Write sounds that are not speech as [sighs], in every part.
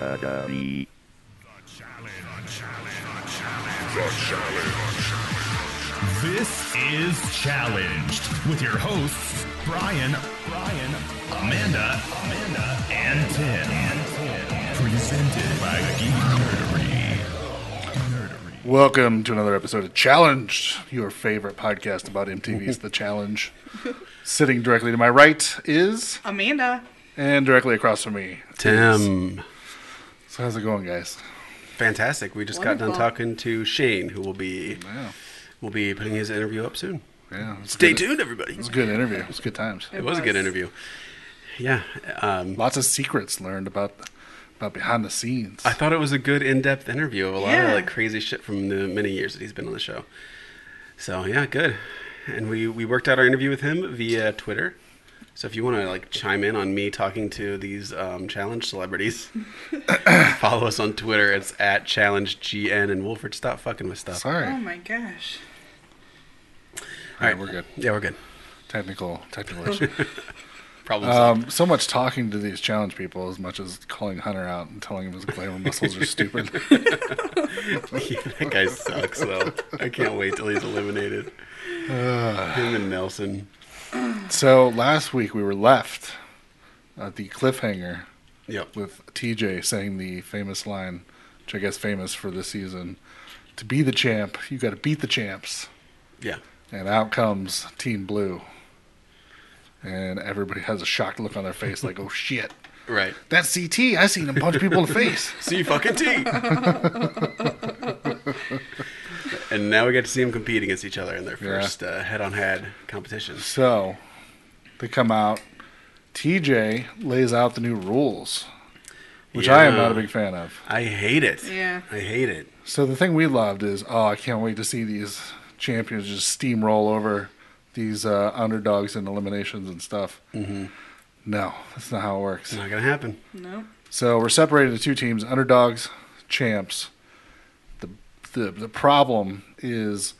Academy. This is Challenged with your hosts, Brian, Brian, Amanda, Amanda, and Tim. Presented by Geek Nerdery. Nerdery. Welcome to another episode of Challenged, your favorite podcast about MTV's The [laughs] Challenge. Sitting directly to my right is, Amanda. and directly across from me. Tim. So how's it going, guys? Fantastic. We just got done Wonderful. talking to Shane, who will be Yeah, will be putting his interview up soon. yeah. it's Stay good- tuned, everybody. It was a good interview. It was good times. It was a good was. interview. Yeah. Um, Lots of secrets learned about about behind the scenes. I thought it was a good in depth interview of a lot Yeah. of like crazy shit from the many years that he's been on the show. So yeah, good. And we, we worked out our interview with him via Twitter. So if you want to like chime in on me talking to these um, challenge celebrities, follow us on Twitter. It's at challenge gn and Wolford. Stop fucking with stuff. Sorry. Oh my gosh. All right, we're good. Yeah, we're good. Technical [laughs] technical issue. Problem solved. Um, so much talking to these challenge people as much as calling Hunter out and telling him his glam muscles are stupid. [laughs] Yeah, [laughs] that guy sucks though. I can't wait till he's eliminated. Him and Nelson. so last week we were left at the cliffhanger Yep. with TJ saying the famous line, which I guess famous for this season, to be the champ, you got to beat the champs. Yeah. And out comes Team Blue. And everybody has a shocked look on their face like, oh shit, Right. that's CT. I seen him punch people in the face. See you fucking T. and now we get to see them compete against each other in their Yeah. first uh, head-on-head competition. So they come out. TJ lays out the new rules, which I am Yeah. not a big fan of. I hate it. Yeah. I hate it. So the thing we loved is, oh, I can't wait to see these champions just steamroll over these uh, underdogs and eliminations and stuff. Mm-hmm. No, that's not how it works. It's not gonna happen. Nope. So we're separated into two teams: underdogs, champs. The the the problem is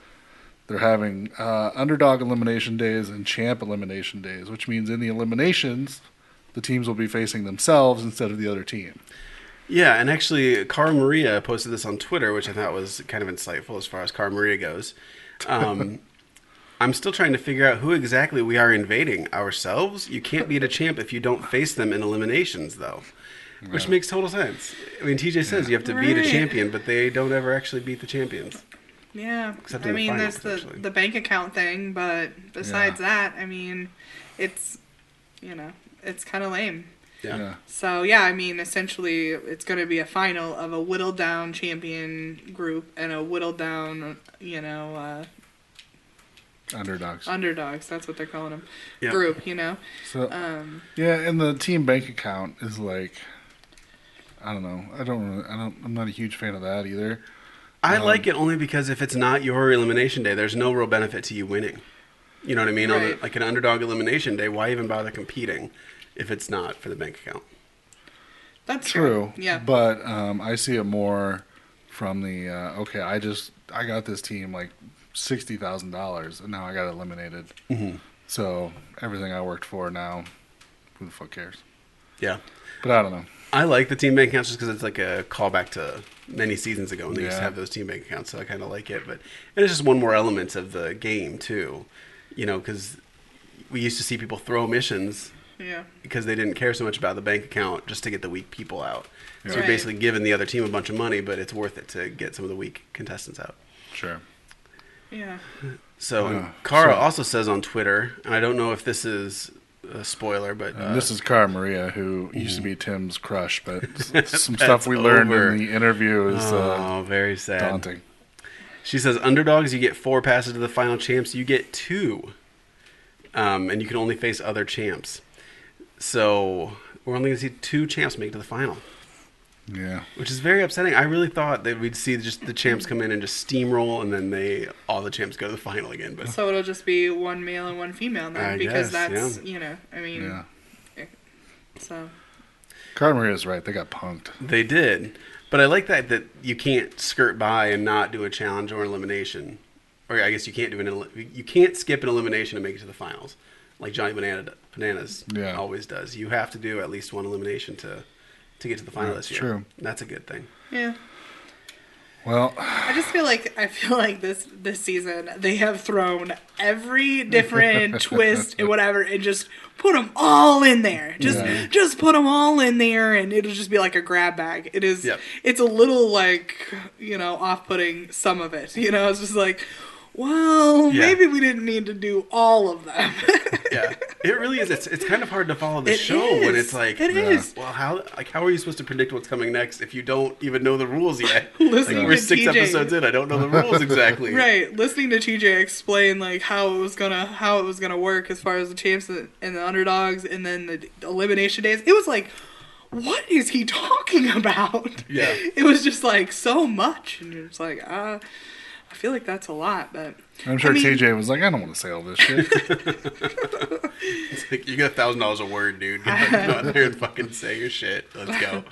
they're having uh, underdog elimination days and champ elimination days, which means in the eliminations, the teams will be facing themselves instead of the other team. Yeah, and actually, Cara Maria posted this on Twitter, which I thought was kind of insightful as far as Cara Maria goes. Um, I'm still trying to figure out who exactly we are invading ourselves. You can't beat a champ if you don't face them in eliminations, though, which makes total sense. I mean, TJ says you have to beat a Right. champion, but they don't ever actually beat the champions. Yeah. Except I in the mean, finals, there's the, actually. the bank account thing, but besides that, I mean, it's, you know, it's kind of lame. Yeah. Yeah. So, yeah, I mean, essentially, it's going to be a final of a whittled down champion group and a whittled down, you know, uh, Underdogs. underdogs. That's what they're calling them. Yeah. Group, you know? So Um, yeah, and the team bank account is like, I don't know. I don't. Really, I don't. I'm not a huge fan of that either. I like it only because if it's not your elimination day, there's no real benefit to you winning. You know what I mean? On the- Right. like an underdog elimination day, why even bother competing if it's not for the bank account? that's True. Yeah. But um, I see it more from the uh, okay. I just I got this team like sixty thousand dollars, and now I got eliminated. Mm-hmm. So everything I worked for now, who the fuck cares? Yeah. But I don't know. I like the team bank accounts just because it's like a callback to many seasons ago when they used to Yeah. have those team bank accounts. So I kind of like it, but and it's just one more element of the game too, you know, because we used to see people throw missions Yeah. because they didn't care so much about the bank account just to get the weak people out. So Right. you're basically giving the other team a bunch of money, but it's worth it to get some of the weak contestants out. Sure. Yeah. So and Yeah, Cara so- also says on Twitter, and I don't know if this is a spoiler, but uh, And this is Cara Maria, who used to be Tim's crush, [laughs] but s- some stuff we learned Mm-hmm. over. in the interview is uh, oh, very sad. daunting. She says underdogs, you get four passes to the final champs. You get two, um, and you can only face other champs. So we're only going to see two champs make it to the final, Yeah. which is very upsetting. I really thought that we'd see just the champs come in and just steamroll, and then they all the champs go to the final again. But So it'll just be one male and one female then, I because guess, that's yeah. you know, I mean, Yeah. so Cara Maria is right. They got punked. They did, but I like that that you can't skirt by and not do a challenge or elimination, or I guess you can't do an el- you can't skip an elimination and make it to the finals, like Johnny Banana Bananas Yeah. always does. You have to do at least one elimination to to get to the final Yeah, this year. true. That's a good thing. Yeah. Well, I just feel like I feel like this this season they have thrown every [laughs] different twist and whatever and just put them all in there. Just Yeah. just put them all in there and it'll just be like a grab bag. It is Yep. it's a little like, you know, off-putting some of it. You know, it's just like well, Yeah. maybe we didn't need to do all of them. [laughs] Yeah, [laughs] it really is. It's it's kind of hard to follow the It show when is. it's like It Yeah. is. Well, how like how are you supposed to predict what's coming next if you don't even know the [laughs] rules yet? Listening like, we're to six TJ. episodes in. I don't know the rules exactly. [laughs] right listening to tj explain like how it was gonna how it was gonna work as far as the champs and and the underdogs and then the elimination days it was like what is he [laughs] talking about Yeah. [laughs] it was just like so much and it's like uh i feel like that's a lot but I'm sure I mean, TJ was like, I don't want to say all this shit. [laughs] It's like you get a thousand dollars a word, dude. [laughs] Go [laughs] out there and fucking say your shit. Let's go.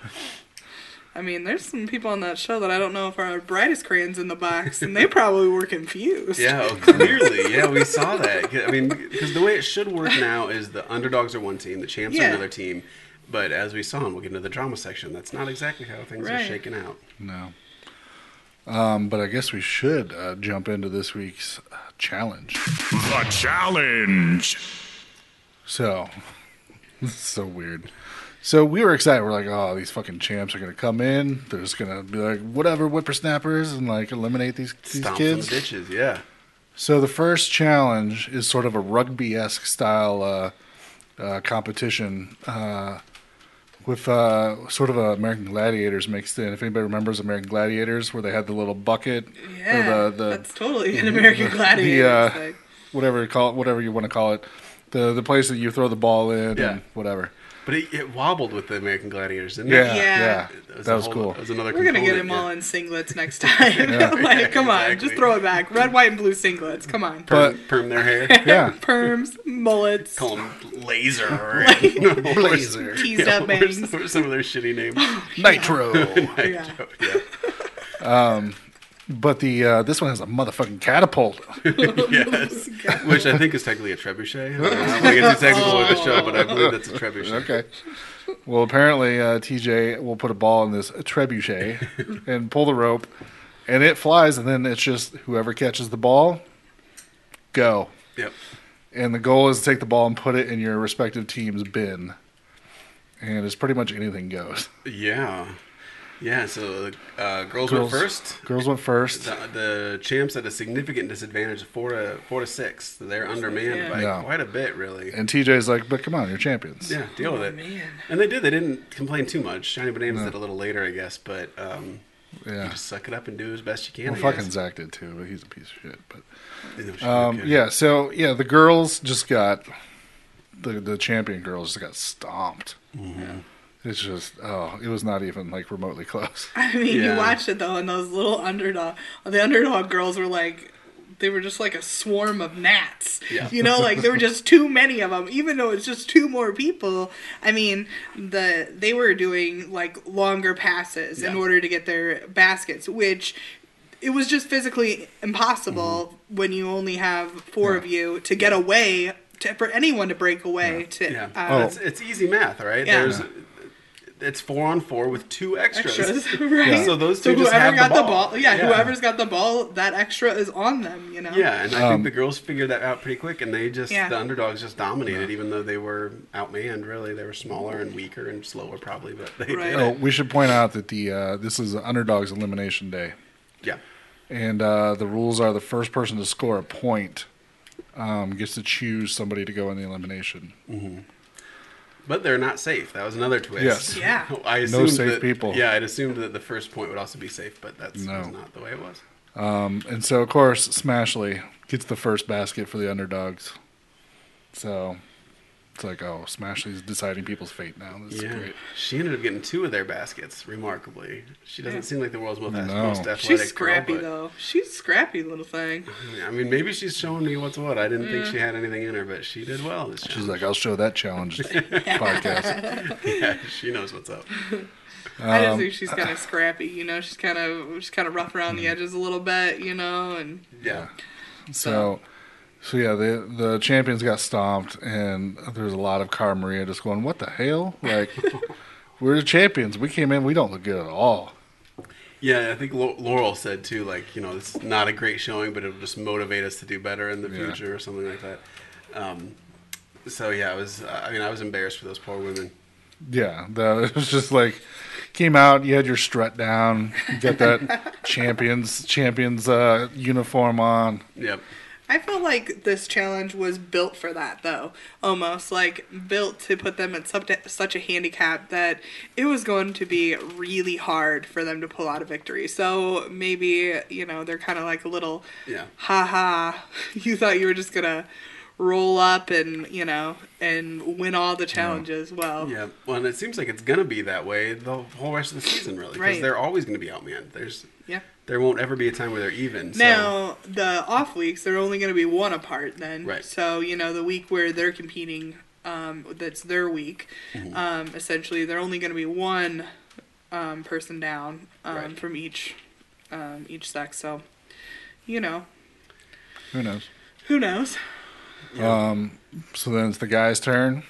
i mean there's some people on that show that i don't know if are brightest crayons in the box and they probably were confused Yeah, oh, clearly. Yeah, we saw that. I mean, because the way it should work now is the underdogs are one team, the champs Yeah. are another team. But as we saw, and we'll get into the drama section. That's not exactly how things are Right. shaken out. no. Um, but I guess we should uh, jump into this week's uh, challenge. The challenge. So, [laughs] this is so weird. So we were excited. We're like, oh, these fucking champs are gonna come in. They're just gonna be like, whatever, whippersnappers, and like eliminate these these Stomp kids. some ditches. Yeah. So the first challenge is sort of a rugby esque style uh, uh, competition uh, with uh, sort of a American Gladiators mixed in. If anybody remembers American Gladiators, where they had the little bucket, or Yeah, the, the that's totally [laughs] an american gladiator uh, like, whatever you call it, whatever you want to call it, the the place that you throw the ball in, Yeah. and whatever. But it, it wobbled with the American Gladiators, didn't Yeah, it? Yeah. yeah, a that was whole- cool. That [laughs] was another We're gonna get component, him yeah. all in singlets next [laughs] time. Yeah, like, come on, exactly. just throw it back. Red, white, and blue singlets. Come on. Perm, But- perm [laughs] their hair. yeah, Perms, mullets, Call them laser. [laughs] or- [laughs] blazer, teased up What are some- bangs. what are some of their shitty names? [laughs] nitro. I Yeah. don't- yeah. [laughs] but the uh, this one has a motherfucking catapult. Yes. [laughs] [laughs] Which I think is technically a trebuchet. I don't want to get too technical with the show, but I believe that's a trebuchet. Okay. Well, apparently uh, TJ will put a ball in this trebuchet and pull the rope, and it flies, and then it's just whoever catches the ball, go. Yep. And the goal is to take the ball and put it in your respective team's bin, and it's pretty much anything goes. Yeah. Yeah, so uh, girls, went first. Girls went first. The, the champs at a significant disadvantage of four to, four to six. They're undermanned Yeah. by Yeah. quite a bit, really. And TJ's like, "But come on, you're champions." Yeah, deal with it. man. And they did. They didn't complain too much. Shiny Bananas did a little later, I guess, but um, Yeah. you just suck it up and do as best you can. Well, I fucking guess. Zach did too, but he's a piece of shit. But No, sure, Um, okay. yeah, so yeah, the girls just got the the champion girls just got stomped. It's just oh, it was not even like remotely close. I mean, Yeah. you watched it though, and those little underdog, the underdog girls were like, they were just like a swarm of gnats. Yeah. You know, like there were just too many of them. Even though it's just two more people, I mean, the they were doing like longer passes in Yeah. order to get their baskets, which it was just physically impossible Mm-hmm. when you only have four of you to get away. To, for anyone to break away to Yeah. uh, It's, it's easy math, right? Yeah. There's it's four on four with two extras. extras, [laughs] right? Yeah. So those two just have the got ball. yeah, Yeah. whoever's got the ball, that extra is on them, you know. Yeah, and I Um, think the girls figured that out pretty quick, and they just Yeah. the underdogs just dominated, even though they were outmanned. Really, they were smaller and weaker and slower, probably, but they Right. did Oh, it. we should point out that the uh, this is the underdogs elimination day, Yeah, and uh, the rules are the first person to score a point um, gets to choose somebody to go in the elimination. but they're not safe. That was another Yes. twist. Yeah. [laughs] I assumed safe that- people. Yeah, I'd assumed that the first point would also be safe, but that's No. was not the way it was. And so, of course, Smashley gets the first basket for the underdogs. So it's like, oh, Smashley's deciding people's fate now. This is yeah, great. she ended up getting two of their baskets. Remarkably, she doesn't Yeah. seem like the world's most, No. most athletic. She's girl, scrappy but- though. She's scrappy little thing. I mean, maybe she's showing me what's what. I didn't Mm. think she had anything in her, but she did well. This She's she's like, I'll show that challenge podcast. [laughs] yeah, she knows what's up. I Um, just think she's kind of scrappy, you know. She's kind of she's kind of rough around mm. the edges a little bit, you know. And Yeah, So, so yeah, the the champions got stomped, and there's a lot of Cara Maria just going, "What the hell?" Like, We're the champions. We came in. We don't look good at all. Yeah, I think Lau- Laurel said too, like, you know, it's not a great showing, but it'll just motivate us to do better in the Yeah. future or something like that. Um, so yeah, I was, I mean, I was embarrassed for those poor women. Yeah, that [laughs] it was just like came out. You had your strut down. You got that champions champions uh, uniform on. Yep. I felt like this challenge was built for that, though. Almost like built to put them in sub- such a handicap that it was going to be really hard for them to pull out a victory. So maybe, you know, they're kind of like a little, Yeah. ha ha, [laughs] you thought you were just going to roll up and, you know, and win all the challenges. Well, Yeah. Well, and it seems like it's gonna be that way the whole rest of the season, really, because Right. they're always gonna be outmanned. There's, yeah. there won't ever be a time where they're even. So. Now the off weeks they're only going to be one apart then. Right. So you know the week where they're competing, um, that's their week. Um, essentially, they're only going to be one um, person down um, Right. from each um, each sex. So you know Who knows? who knows. So then it's the guy's turn.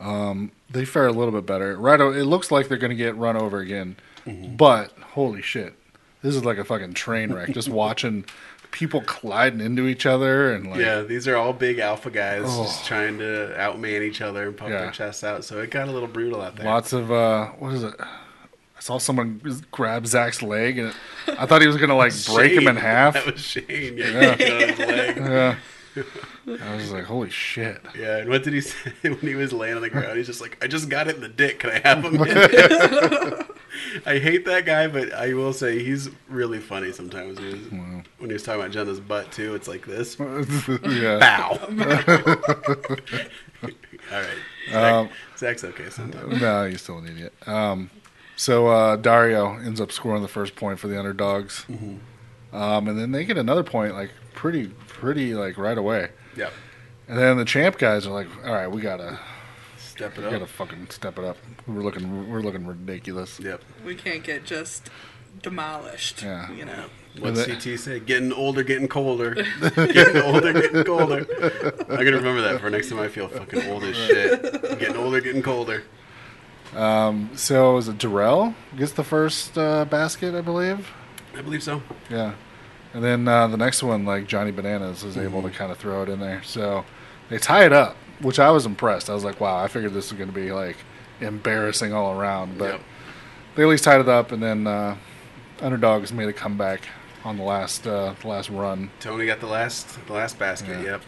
Um, they fare a little bit better. Right, o- it looks like they're going to get run over again. But holy shit, this is like a fucking train wreck. Just watching people colliding into each other and like Yeah, these are all big alpha guys Oh. just trying to outman each other and pump Yeah. their chests out. So it got a little brutal out there. lots of uh, what is it? I saw someone grab Zach's leg and it, I thought he was going to like break him in Shane. [laughs] half. That was Shane. Yeah, he got his leg. yeah. I was like, holy shit. [laughs] Yeah, and what did he say [laughs] when he was laying on the ground? He's just like, I just got it in the dick. Can I have [laughs] him? I hate that guy, but I will say he's really funny sometimes. He was- When he was talking about Jenna's butt, too, it's like [laughs] this. yeah. Bow. [laughs] All right. Um, Zach, Zach's okay sometimes. No, you're still an idiot. Um, so uh, Dario ends up scoring the first point for the underdogs, um, and then they get another point like pretty, pretty like right away. Yeah. And then the champ guys are like, "All right, we gotta, Step it we gotta up. fucking step it up. We're looking, we're looking ridiculous." Yep. We can't get just demolished. Yeah. You know. What's that- CT say? Getting older, getting colder. getting older, getting colder. I'm going to remember that for next time I feel fucking old as shit. Getting older, getting colder. So is it Darrell gets the first uh, basket, I believe. I believe so. Yeah, and then uh, the next one, like Johnny Bananas, is able to kind of throw it in there. So they tie it up, which I was impressed. I was like, "Wow, I figured this was going to be like embarrassing all around," but. Yep. they at least tied it up, and then uh, underdogs made a comeback on the last uh, the last run. Tony got the last the last basket. Yeah. Yep.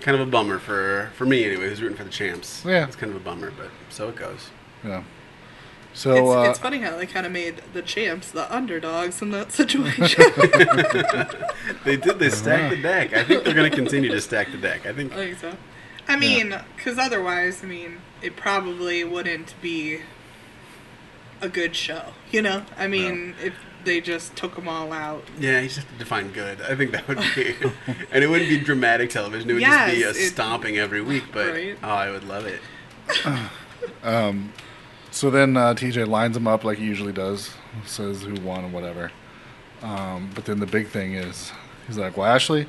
Kind of a bummer for for me anyway. Who's rooting for the champs? Yeah. it's kind of a bummer, but so it goes. You know. So It's, uh, it's funny how they kind of made the champs the underdogs in that [laughs] situation. They did. They stacked the deck. I think they're going to continue to stack the deck. I think. I think so. I mean, because otherwise, I mean, it probably wouldn't be a good show, you know? I mean, if they just took them all out. Yeah, you just have to define good. I think that would [laughs] be, and it wouldn't be dramatic television. It would just be a Yes, it- stomping every week. But Right. oh, I would love it. so then uh, TJ lines them up like he usually does, says who won and whatever. Um, but then the big thing is he's like, "Well, Ashley,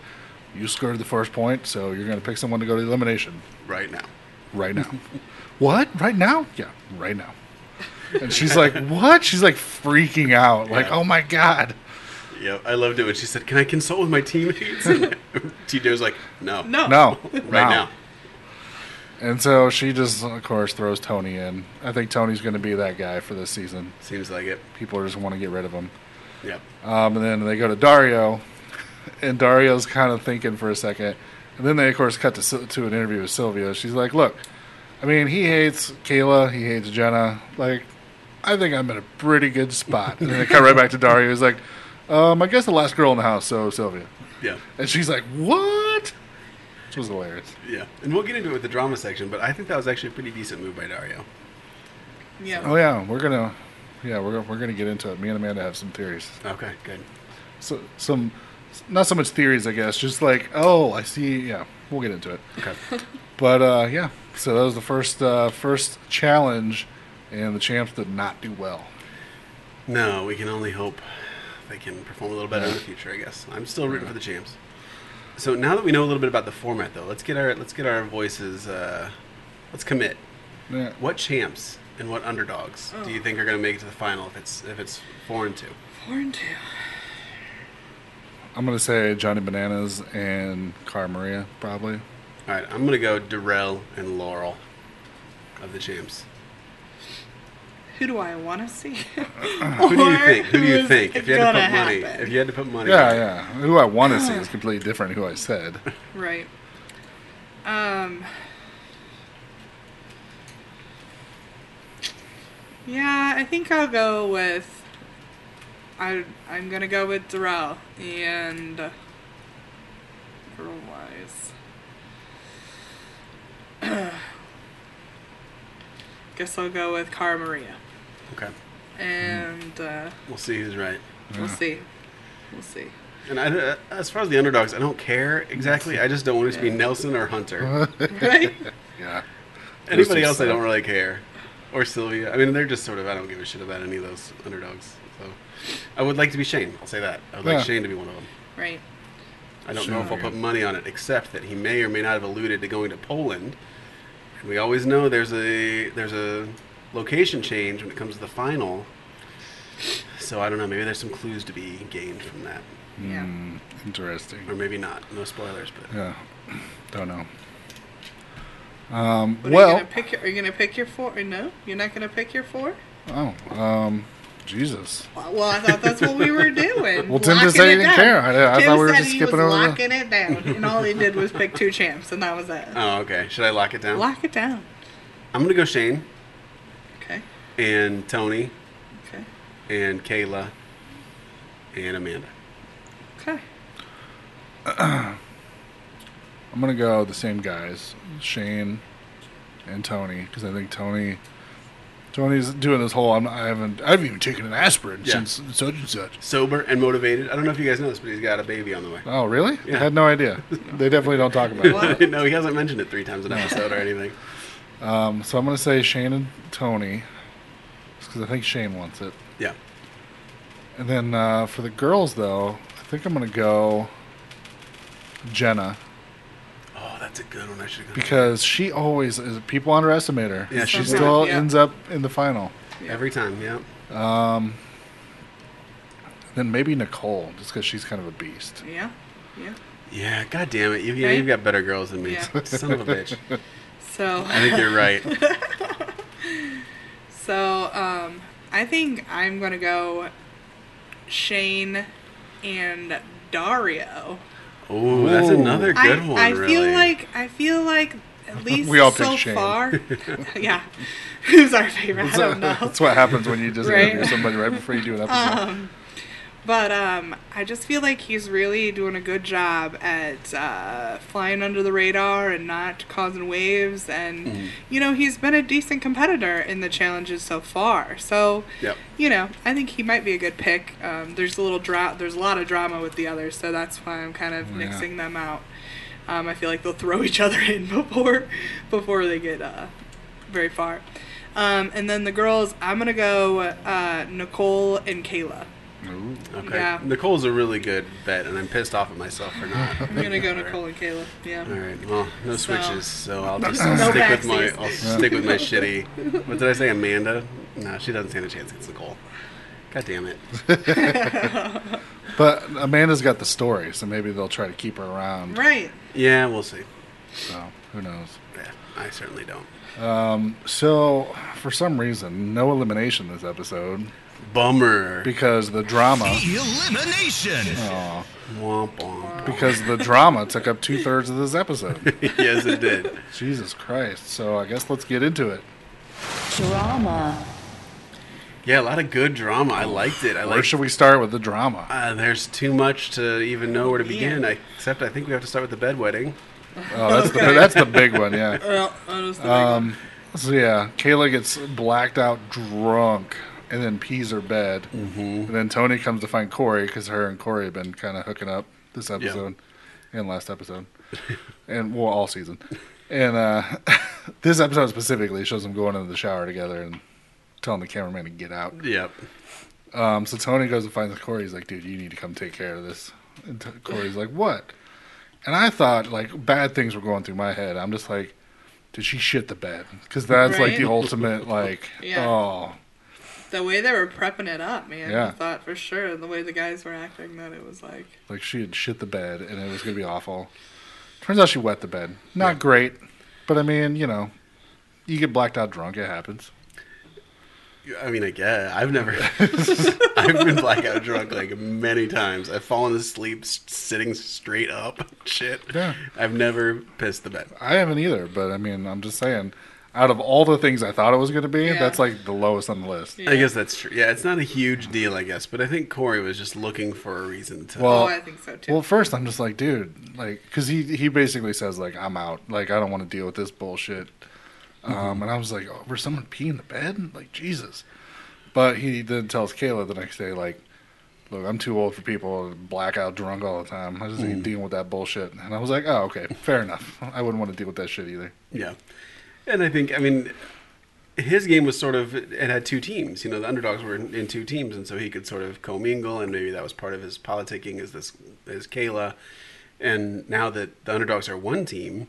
you scored the first point, so you're going to pick someone to go to elimination Right now, right now." what? Right now? Yeah, right now. And she's like, "What?" She's like freaking out, like, Yeah. "Oh my god." yeah, I loved it when she said, "Can I consult with my teammates?" [laughs] TJ was like, "No, No. No, right now." And so she just, of course, throws Tony in. I think Tony's going to be that guy for this season. Seems like it. People just want to get rid of him. Yep. Um, and then they go to Dario, and Dario's kind of thinking for a second. And then they, of course, cut to, Syl- to an interview with Sylvia. She's like, Look, I mean, he hates Kayla, he hates Jenna. Like, I think I'm in a pretty good spot. And then they cut right back to Dario. He's like, um, I guess the last girl in the house, so Sylvia. Yeah. And she's like, What? Which was hilarious. Yeah, and we'll get into it with the drama section, but I think that was actually a pretty decent move by Dario. Yeah. Oh yeah, we're gonna, yeah, we're we're gonna get into it. Me and Amanda have some theories. Okay, good. So some, not so much theories, I guess. Just like, oh, I see. Yeah, we'll get into it. Okay. But uh, yeah, so that was the first uh, first challenge, and the champs did not do well. no, we can only hope they can perform a little better in the future. I guess I'm still rooting for the champs. So now that we know a little bit about the format, though, let's get our let's get our voices. Uh, let's commit. Yeah. What champs and what underdogs do you think are going to make it to the final if it's if it's four and two? Four and two. I'm gonna say Johnny Bananas and Car Maria probably. All right, I'm going to go Darrell and Laurel of the champs. Who do I want to see? [clears throat] Who do you think? Who do you think? If you had to put money, happen? if you had to put money, Yeah, yeah. Who I want to see is completely different. Who I [laughs] said. Right. Um. Yeah, I think I'll go with. I I'm gonna go with Darrell and. Girl wise. [clears throat] Guess I'll go with Cara Maria, Okay, and uh, we'll see who's right. we'll see, we'll see. And I, uh, as far as the underdogs, I don't care exactly. I just don't want it to be Nelson or Hunter. Right? Yeah. Anybody Those else, I two don't really care. Or Sylvia. I mean, they're just sort of. I don't give a shit about any of those underdogs. So, I would like to be Shane. I'll say that. I would Yeah. like Shane to be one of them. right. I don't know if I'll put money on it, except that he may or may not have alluded to going to Poland. And we always know there's a there's a location change when it comes to the final. So I don't know. Maybe there's some clues to be gained from that, Yeah. Interesting. or maybe not. No spoilers, but Yeah. Don't know. Um, What, are you well, gonna pick your, are you gonna pick your four? No, you're not gonna pick your four. oh, um, Jesus. Well, well, I thought that's what we were doing. Well, Tim just locking said he it didn't down. care. I- I Tim thought we were said just he skipping was over the- locking it down, and all he did was pick two champs, and that was it. oh, okay. Should I lock it down? Lock it down. I'm gonna go Shane Okay. and Tony Okay. and Kayla and Amanda. Okay. I'm gonna go the same guys, Shane and Tony, because I think Tony, Tony's doing this whole. I'm, I haven't, I haven't even taken an aspirin Yeah. since such and such. Sober and motivated. I don't know if you guys know this, but he's got a baby on the way. Oh, really? Yeah. I had no [laughs] idea. They definitely don't talk about it. [laughs] no, he hasn't mentioned it three times an episode or anything. Um, so I'm gonna say Shane and Tony, because I think Shane wants it. Yeah. And then uh, for the girls, though, I think I'm gonna go Jenna Oh, that's a good one. I should have gone. because she always is. People underestimate her. Yeah, she she's still not- yeah. ends up in the final. Every time, yeah. Then maybe Nicole, just because she's kind of a beast. Yeah. Yeah. Yeah, god damn it. You, yeah, Right? you've got better girls than me. Yeah. [laughs] Son of a bitch. So. I think you're right. [laughs] So. Um. I think I'm gonna go. Shane, and Dario. Oh, that's Ooh. another good I, one, I really. feel like I feel like at least We all so picked Shane. far. yeah. [laughs] Who's our favorite? [laughs] I don't know. That's what happens when you just Right. Um. interview somebody right before you [laughs] do an episode. But um, I just feel like he's really doing a good job at uh, flying under the radar and not causing waves. And, you know, he's been a decent competitor in the challenges so far. So, Yep. you know, I think he might be a good pick. Um, there's a little dra- there's a lot of drama with the others, so that's why I'm kind of mixing them out. Um, I feel like they'll throw [laughs] each other in before before they get uh, very far. Um, and then the girls, I'm gonna go uh, Nicole and Kayla. Ooh. Okay. Yeah. Nicole's a really good bet, and I'm pissed off at myself for not. I'm gonna go Nicole and Kayla. Yeah. All right. Well, no So- switches, so I'll just [laughs] No stick with my backsies. I'll [laughs] stick with my shitty. What did I say, Amanda? No, she doesn't stand a chance against Nicole. God damn it. But Amanda's got the story, so maybe they'll try to keep her around. Right. Yeah, we'll see. So who knows? Yeah, I certainly don't. So for some reason, no elimination this episode Bummer. because the drama. Elimination. Womp womp. Because the drama took up two thirds of this [laughs] episode. yes, it did. Jesus Christ. So I guess let's get into it. Drama. Yeah, a lot of good drama. I liked it. I Where liked should we start with the drama? Uh, there's too much to even know where to begin. I, except I think we have to start with the bedwetting. Oh, that's the, that's the big one, yeah. Well, that was the Uh, big one. So, yeah, Kayla gets blacked out drunk and then pees her bed. Mm-hmm. And then Tony comes to find Corey because her and Corey have been kind of hooking up this episode and last episode. [laughs] and, well, all season. And uh, [laughs] this episode specifically shows them going into the shower together and telling the cameraman to get out. Yep. Um, so Tony goes and finds Corey. He's like, dude, you need to come take care of this. And t- Corey's like, what? And I thought, like, bad things were going through my head. I'm just like, did she shit the bed? Because that's like the Right. ultimate like [laughs] Yeah. oh The way they were prepping it up, man, Yeah. I thought for sure the way the guys were acting that it was like like she had shit the bed and it was gonna be awful. Turns out she wet the bed. Not great, but I mean you know you get blacked out drunk. It happens. I mean, I guess I've never. [laughs] I've been blackout drunk like many times. I've fallen asleep s- sitting straight up. [laughs] Shit. Yeah. I've never pissed the bed. I haven't either, but I mean I'm just saying. Out of all the things I thought it was going to be, Yeah. that's like the lowest on the list. Yeah. I guess that's true. Yeah, it's not a huge deal, I guess. But I think Corey was just looking for a reason to. Well, oh, I think so too. Well, first I'm just like, dude, like, because he he basically says like, I'm out, like, I don't want to deal with this bullshit. Um, and I was like, oh, were someone peeing the bed? Like, Jesus. But he then tells Kayla the next day, like, look, I'm too old for people to black out drunk all the time. I just ain't dealing with that bullshit. And I was like, oh, okay, fair enough. I wouldn't want to deal with that shit either. Yeah. And I think, I mean, his game was sort of, it had two teams. You know, the underdogs were in, in two teams, and so he could sort of commingle, and maybe that was part of his politicking is this, is Kayla. And now that the underdogs are one team,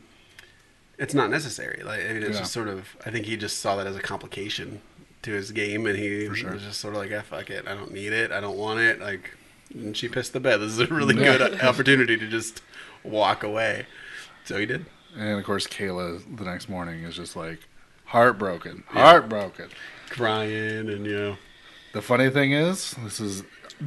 it's not necessary. Like, I mean, it's Yeah. just sort of, I think he just saw that as a complication to his game, and he was just sort of like, ah, fuck it. I don't need it. I don't want it. Like, and she pissed the bed. This is a really good opportunity to just walk away. So he did. And of course, Kayla the next morning is just like heartbroken, heartbroken. Crying and, you know. The funny thing is, this is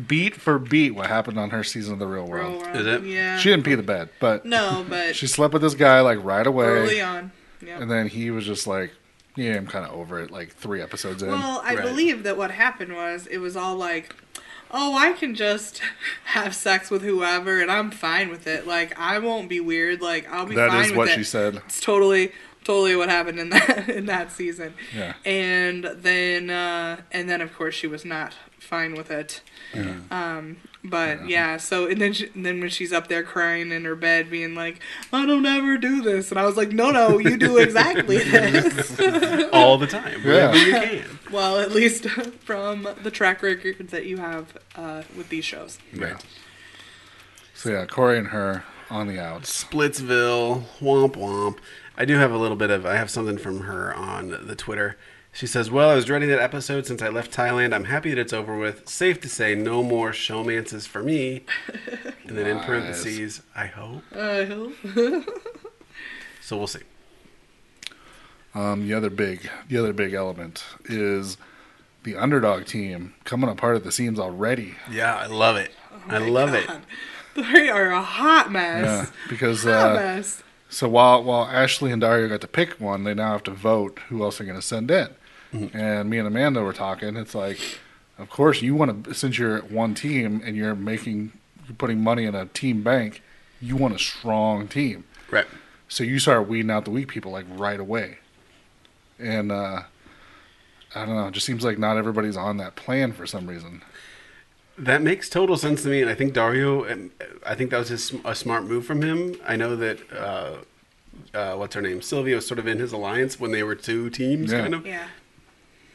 beat for beat what happened on her season of The Real World. Real world. Is it? Yeah. She didn't pee the bed, but [laughs] no, but she slept with this guy like right away, early on. Yeah. and then he was just like, "Yeah, I'm kind of over it." Like three episodes in, Well, I Right. believe that what happened was it was all like, oh, I can just [laughs] have sex with whoever and I'm fine with it. Like, I won't be weird. Like, I'll be that fine is with what it. she said. It's totally, totally what happened in [laughs] that in that season. Yeah. And then, uh, and then of course she was not fine with it. Um, but yeah. so and then she, and then when she's up there crying in her bed, being like, "I don't ever do this," and I was like, "No, no, you [laughs] do exactly this." [laughs] all the time. Yeah. Whenever you can. Well, at least [laughs] from the track record that you have uh, with these shows. Right. So yeah, Corey and her on the outs. Blitzville, womp womp. I do have a little bit of, I have something from her on the Twitter. She says, Well, I was dreading that episode since I left Thailand. I'm happy that it's over with. Safe to say, no more showmances for me. And then in Lies. parentheses, I hope. Uh, [laughs] So we'll see. Um, the other big, the other big element is the underdog team coming apart at the seams already. Yeah, I love it. I love it. they are a hot Yeah, mess. [laughs] because Hot uh, mess. So while while Ashley and Dario got to pick one, they now have to vote who else they're going to send in. And me and Amanda were talking. It's like, of course, you want to since you're one team and you're making you're putting money in a team bank, you want a strong team. Right. So you start weeding out the weak people like right away. And uh, I don't know. It just seems like not everybody's on that plan for some reason. That makes total sense to me, and I think Dario. um, I think that was his, a smart move from him. I know that uh, uh, what's her name, Sylvia, was sort of in his alliance when they were two teams, Yeah. kind of. Yeah.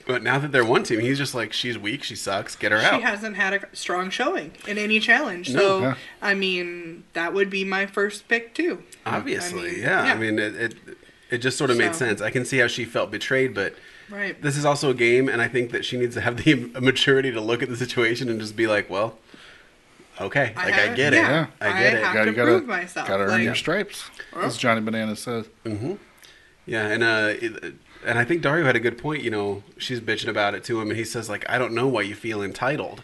But now that they're one team, he's just like, she's weak, she sucks, get her out. She hasn't had a strong showing in any challenge. No. So, Yeah. I mean, that would be my first pick, too. Obviously, I mean, yeah. yeah. I mean, it, it it just sort of made So- sense. I can see how she felt betrayed, but Right. this is also a game, and I think that she needs to have [laughs] the maturity to look at the situation and just be like, well, okay, I like have- I get it, yeah, I I get it. have gotta- to you gotta- prove myself, Gotta earn like- your stripes, as Johnny Bananas says. Yeah, and uh, it- and I think Dario had a good point. You know, she's bitching about it to him, and he says like, "I don't know why you feel entitled,"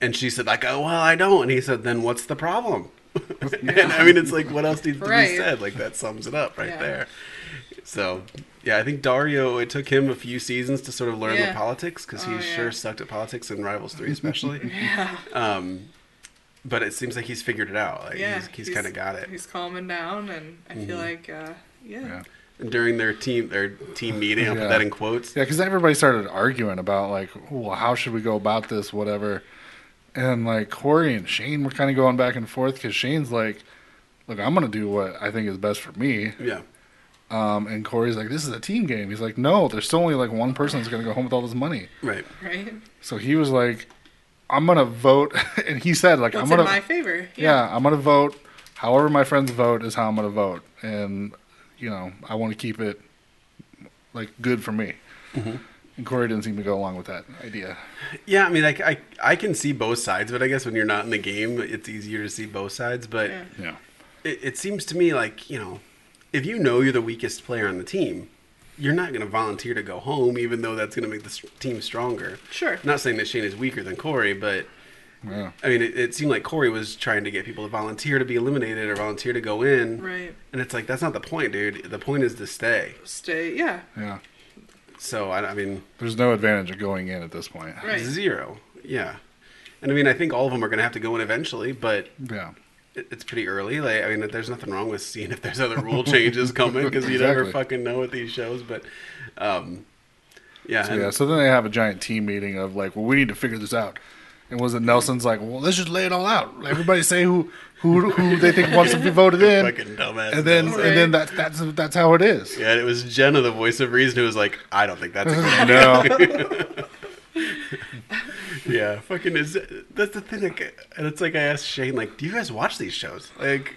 and she said like, "Oh, well, I don't," and he said, "Then what's the problem?" [laughs] and I mean, it's like, what else needs to Right. be said? Like that sums it up right Yeah. there. So yeah, I think Dario. It took him a few seasons to sort of learn Yeah. the politics because he Oh, yeah. sure sucked at politics in Rivals Three, especially. [laughs] yeah. Um, but it seems like he's figured it out. Like, Yeah. he's, he's, kind of got it. Mm-hmm. He's calming down, and I feel like, uh, Yeah. yeah. And during their team, their team meeting, I'll Yeah. put that in quotes. Yeah, because everybody started arguing about like, well, how should we go about this, whatever. And like Corey and Shane were kind of going back and forth because Shane's like, look, I'm gonna do what I think is best for me. Yeah. Um, and Corey's like, this is a team game. He's like, no, there's still only like one person that's gonna go home with all this money. Right. Right? So he was like, I'm gonna vote, [laughs] and he said like, What's I'm gonna in my favor? yeah, I'm gonna vote. However, my friends vote is how I'm gonna vote, and you know, I want to keep it Like, good for me. And Corey didn't seem to go along with that idea. Yeah, I mean, I, I, I can see both sides, but I guess when you're not in the game, it's easier to see both sides. But Yeah. Yeah. it, it seems to me like, you know, if you know you're the weakest player on the team, you're not going to volunteer to go home, even though that's going to make the s- team stronger. Sure. I'm not saying that Shane is weaker than Corey, but Yeah. I mean, it, it seemed like Corey was trying to get people to volunteer to be eliminated or volunteer to go in. Right. And it's like, that's not the point, dude. The point is to stay. Stay. Yeah. Yeah. So, I, I mean, There's no advantage of going in at this point. Right. zero. Yeah. And I mean, I think all of them are going to have to go in eventually, but Yeah. it- it's pretty early. Like, I mean, there's nothing wrong with seeing if there's other [laughs] rule changes coming because you never Exactly. fucking know with these shows. But, um, yeah, So, and- yeah. So then they have a giant team meeting of like, well, we need to figure this out. And was it Nelson's like, well, let's just lay it all out. Everybody say who who who they think wants to be voted in. fucking dumbass. and then Nelson. and then that that's that's how it is. yeah, and it was Jenna, the voice of reason, who was like, "I don't think that's a good idea." No. [laughs] [laughs] yeah, fucking is that's the thing. Like, and it's like I asked Shane, like, do you guys watch these shows? [laughs] Like,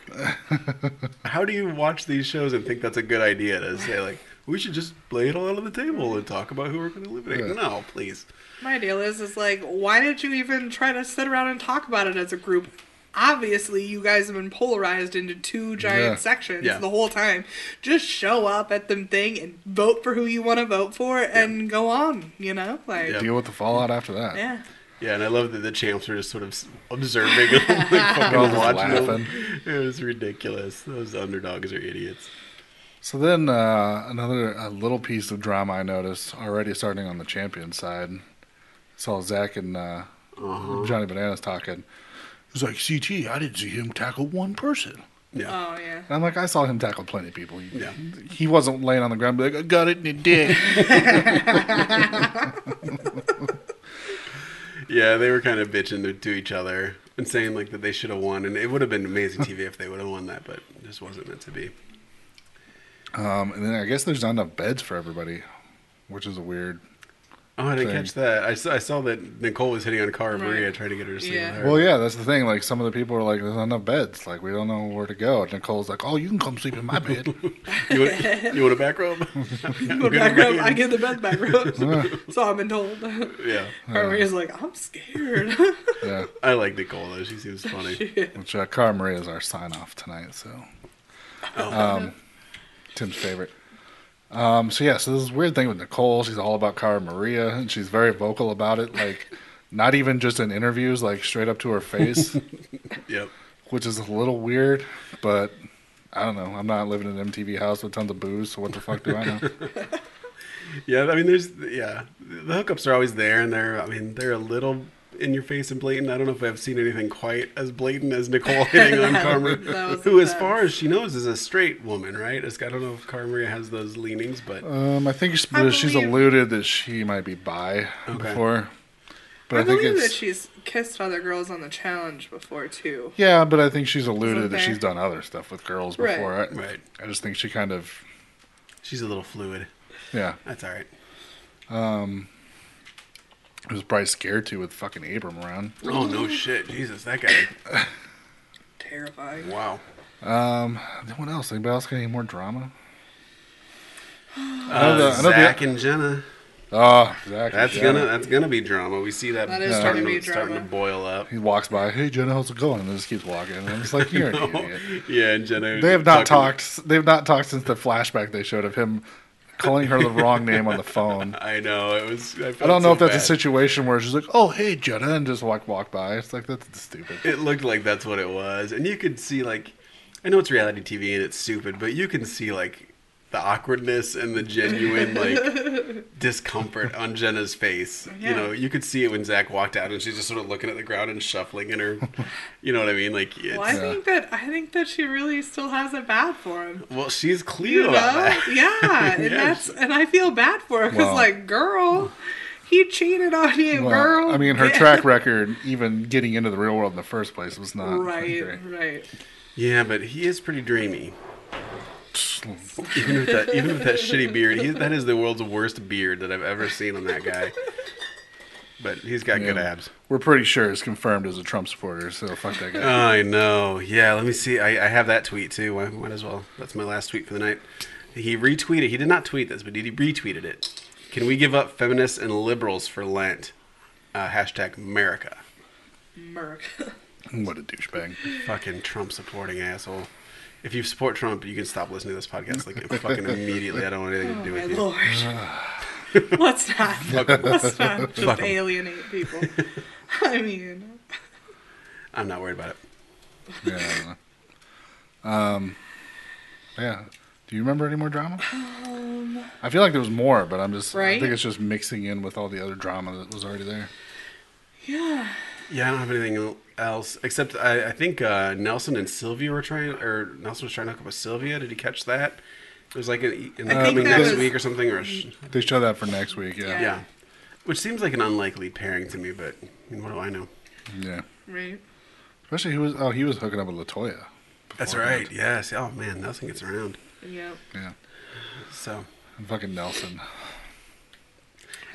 how do you watch these shows and think that's a good idea to say like we should just lay it all out on the table and talk about who we're going to eliminate? Yeah. No, please. My deal is, is like, why did you even try to sit around and talk about it as a group? Obviously, you guys have been polarized into two giant Yeah. sections Yeah. the whole time. Just show up at the thing and vote for who you want to vote for and go on, you know? Like, Yeah. Deal with the fallout after that. yeah. Yeah, and I love that the champs were just sort of s- observing, [laughs] and, like fucking All just watching. them. laughing. It was ridiculous. Those underdogs are idiots. So then uh, another a little piece of drama I noticed already starting on the champion side. Saw Zach and uh, Johnny Bananas talking. He's like, CT, I didn't see him tackle one person. Yeah, Oh, yeah. And I'm like, I saw him tackle plenty of people. He, Yeah. he wasn't laying on the ground, be like, I got it in the dick. [laughs] yeah, they were kind of bitching to- to each other and saying like that they should have won, and it would have been amazing TV if they would have won that, but it just wasn't meant to be. um, and then I guess there's not enough beds for everybody, which is a weird. Oh, I didn't thing. catch that. I saw, I saw that Nicole was hitting on Cara Maria Right. trying to get her to sing Yeah. with her. Well, yeah, that's the thing. Like, some of the people are like, there's not enough beds. Like, we don't know where to go. And Nicole's like, oh, you can come sleep in my bed. You [laughs] want, you want a back rub? Go back row, I get the best back row. [laughs] so I've been told. yeah. Maria's like, I'm scared. [laughs] [laughs] yeah. I like Nicole, though. She seems funny. Which uh, Cara Maria is our sign off tonight, so um, Tim's favorite. Um, so yeah, so this is weird thing with Nicole. She's all about Cara Maria, and she's very vocal about it. Like, not even just in interviews, like straight up to her face, yep. which is a little weird. But I don't know. I'm not living in an MTV house with tons of booze, so what the fuck do I know? Yeah, I mean, there's, yeah. The hookups are always there, and they're, I mean, they're a little in your face and blatant. I don't know if I've seen anything quite as blatant as [laughs] Nicole hitting on Cara That Maria, was who, as intense. far as she knows, is a straight woman, right? It's, I don't know if Cara Maria has those leanings, but Um, I think she's, I she's believe- alluded that she might be bi Okay. before, but I, I think believe it's that she's kissed other girls on the challenge before, too. Yeah, but I think she's alluded Isn't that there? she's done other stuff with girls Right. before. I, Right. I just think she kind of, she's a little fluid. yeah. That's all right. I was probably scared to with fucking Abram around. Oh, no shit. Jesus, that guy. Terrifying. Wow. Uh, Then what else? Anybody else got any more drama? Uh, the- I know the- Zach and Jenna. Oh, Zach. That's yeah. gonna that's gonna be drama. We see that, That is starting, gonna to, be starting to drama. boil up. He walks by. Hey, Jenna, how's it going? And then just keeps walking. And I'm just like, you're [laughs] an idiot. Yeah, and Jenna. They have not talking- talked. They've not talked since the flashback they showed of him calling her the wrong name on the [laughs] phone. I know it was. I, I don't know if that's a situation where she's like, "Oh, hey, Jenna," and just walk walk by. It's like that's stupid. It looked like that's what it was, and you could see like, I know it's reality TV and it's stupid, but you can see like the awkwardness and the genuine [laughs] like discomfort on Jenna's face. You Yeah. know, you could see it when Zach walked out, and she's just sort of looking at the ground and shuffling in her. You know what I mean? Like, it's, Well, I think that I think that she really still has it bad for him. well, she's clear You know? about that. [laughs] Yeah, and that's and I feel bad for her because Well. like, girl, he cheated on you, Well, girl. I mean, her Yeah. [laughs] track record, even getting into the real world in the first place, was not Right, great. right. Yeah, but he is pretty dreamy. even with that, even with that shitty beard, he, that is the world's worst beard that I've ever seen on that guy. But he's got good Yeah. abs. We're pretty sure it's confirmed as a Trump supporter, so fuck that [laughs] guy. I know. Yeah, let me see. I, I have that tweet too. I might as well. That's my last tweet for the night. He retweeted. He did not tweet this, but he retweeted it. Can we give up feminists and liberals for Lent? Uh, hashtag America. America. What a douchebag. Fucking Trump supporting asshole. If you support Trump, you can stop listening to this podcast like fucking immediately. I don't want anything to do Oh, My with you. lord. [sighs] Let's [laughs] not. Let's not just Fuck 'em. alienate people. [laughs] I mean, I'm not worried about it. Yeah. I don't know. Um, yeah. Do you remember any more drama? I feel like there was more, but I'm just. I Right? think it's just mixing in with all the other drama that was already there. yeah. Yeah, I don't have anything else except I, I think uh, Nelson and Sylvia were trying, or Nelson was trying to hook up with Sylvia. Did he catch that? It was like in, in the I think coming that next was- week or something, or sh- They show that for next week. Yeah. yeah, which seems like an unlikely pairing to me. But I mean, what do I know? Yeah. Right. Especially who was. Oh, he was hooking up with Latoya. That's beforehand. right. Yes. Oh man, Nelson gets around. [laughs] Yep. Yeah. So And fucking Nelson.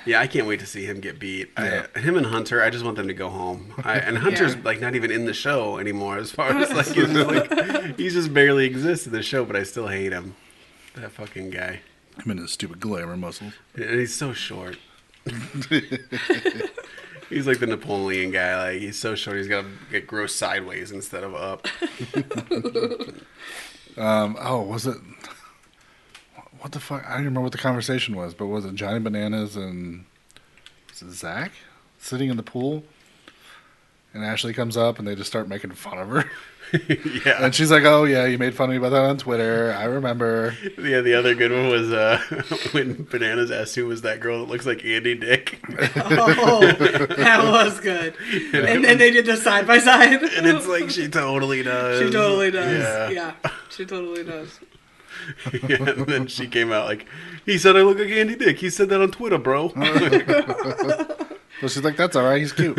yeah, I can't wait to see him get beat. Yeah. I, him and Hunter. I just want them to go home. I, [laughs] and Hunter's Yeah. like not even in the show anymore. As far as like, [laughs] he's just, like he just barely exists in the show, but I still hate him. That fucking guy. I'm into stupid glamour muscles. And he's so short. he's like the Napoleon guy. Like he's so short, he's got to get grow sideways instead of up. [laughs] Um, oh, was it? What the fuck? I don't even remember what the conversation was, but was it Johnny Bananas and was it Zach sitting in the pool? And Ashley comes up and they just start making fun of her. [laughs] yeah. And she's like, "Oh yeah, you made fun of me about that on Twitter. I remember." Yeah. The other good one was uh, [laughs] when Bananas asked who was that girl that looks like Andy Dick, Oh, that was good. And then they did the side by side. [laughs] and it's like she totally does. [laughs] she totally does. Yeah. yeah. She totally does. [laughs] Yeah, and then she came out like, he said I look like Andy Dick. He said that on [laughs] Twitter, bro. [laughs] So she's like, "That's all right. He's cute."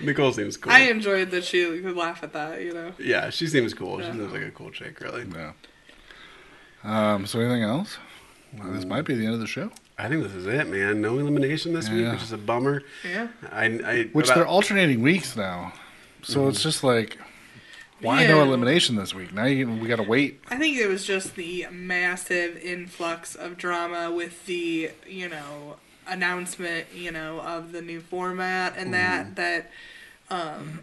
Nicole seems cool. I enjoyed that she could laugh at that, you know. Yeah, she seems cool. Yeah. She seems like a cool chick, really. yeah. Um. So anything else? Well, this might be the end of the show, I think this is it, man. No elimination this Yeah. week, which is a bummer. Yeah. I, I which about- they're alternating weeks now, so it's just like, why no Yeah. elimination this week? Now you, we got to wait. I think it was just the massive influx of drama with the, you know, announcement, you know, of the new format and Mm-hmm. that that um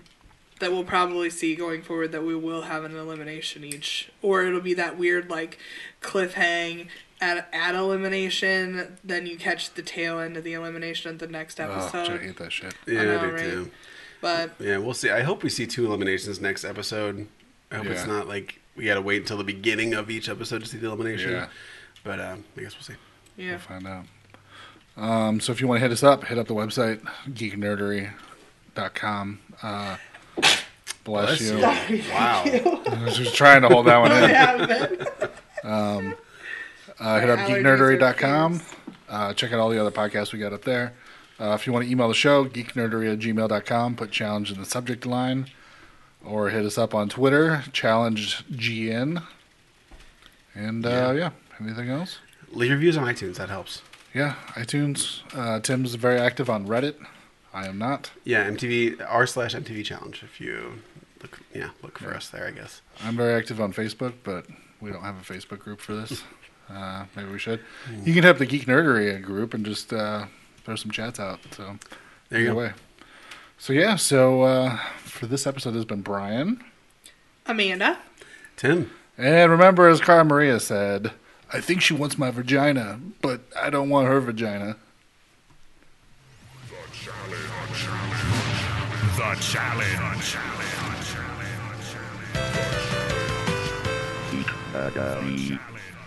that we'll probably see going forward that we will have an elimination each or it'll be that weird like cliffhang at, at elimination then you catch the tail end of the elimination at the next Oh, I episode hate that shit. Yeah, I I, know, do right? too. but Yeah, we'll see. I hope we see two eliminations next episode. I hope it's Yeah. not like we got to wait until the beginning of each episode to see the elimination. Yeah. But um, I guess we'll see. yeah We'll find out. Um, so if you want to hit us up, hit up the website, geeknerdery.com. Uh, bless, you. Wow. I was just trying to hold that one [laughs] in. yeah, [laughs] but- Uh, hit up allergies geeknerdery.com. are Uh, check out all the other podcasts we got up there. Uh, if you want to email the show, geeknerdery at gmail.com. Put challenge in the subject line. Or hit us up on Twitter, challenge GN. And uh, Yeah. yeah, anything else? Leave reviews on iTunes. That helps. Yeah, iTunes. Uh, Tim's very active on Reddit. I am not. Yeah, MTV r slash MTV challenge. If you look, yeah, look for us there. I guess. I'm very active on Facebook, but we don't have a Facebook group for [laughs] this. Uh, maybe we should. You can have the Geek Nerdery group and just uh, throw some chats out. So There you either go. So yeah, so uh, for this episode has been Brian, amanda Tim. and remember, as Cara Maria said, I think she wants my vagina, but I don't want her vagina. The challenge. The challenge. The challenge.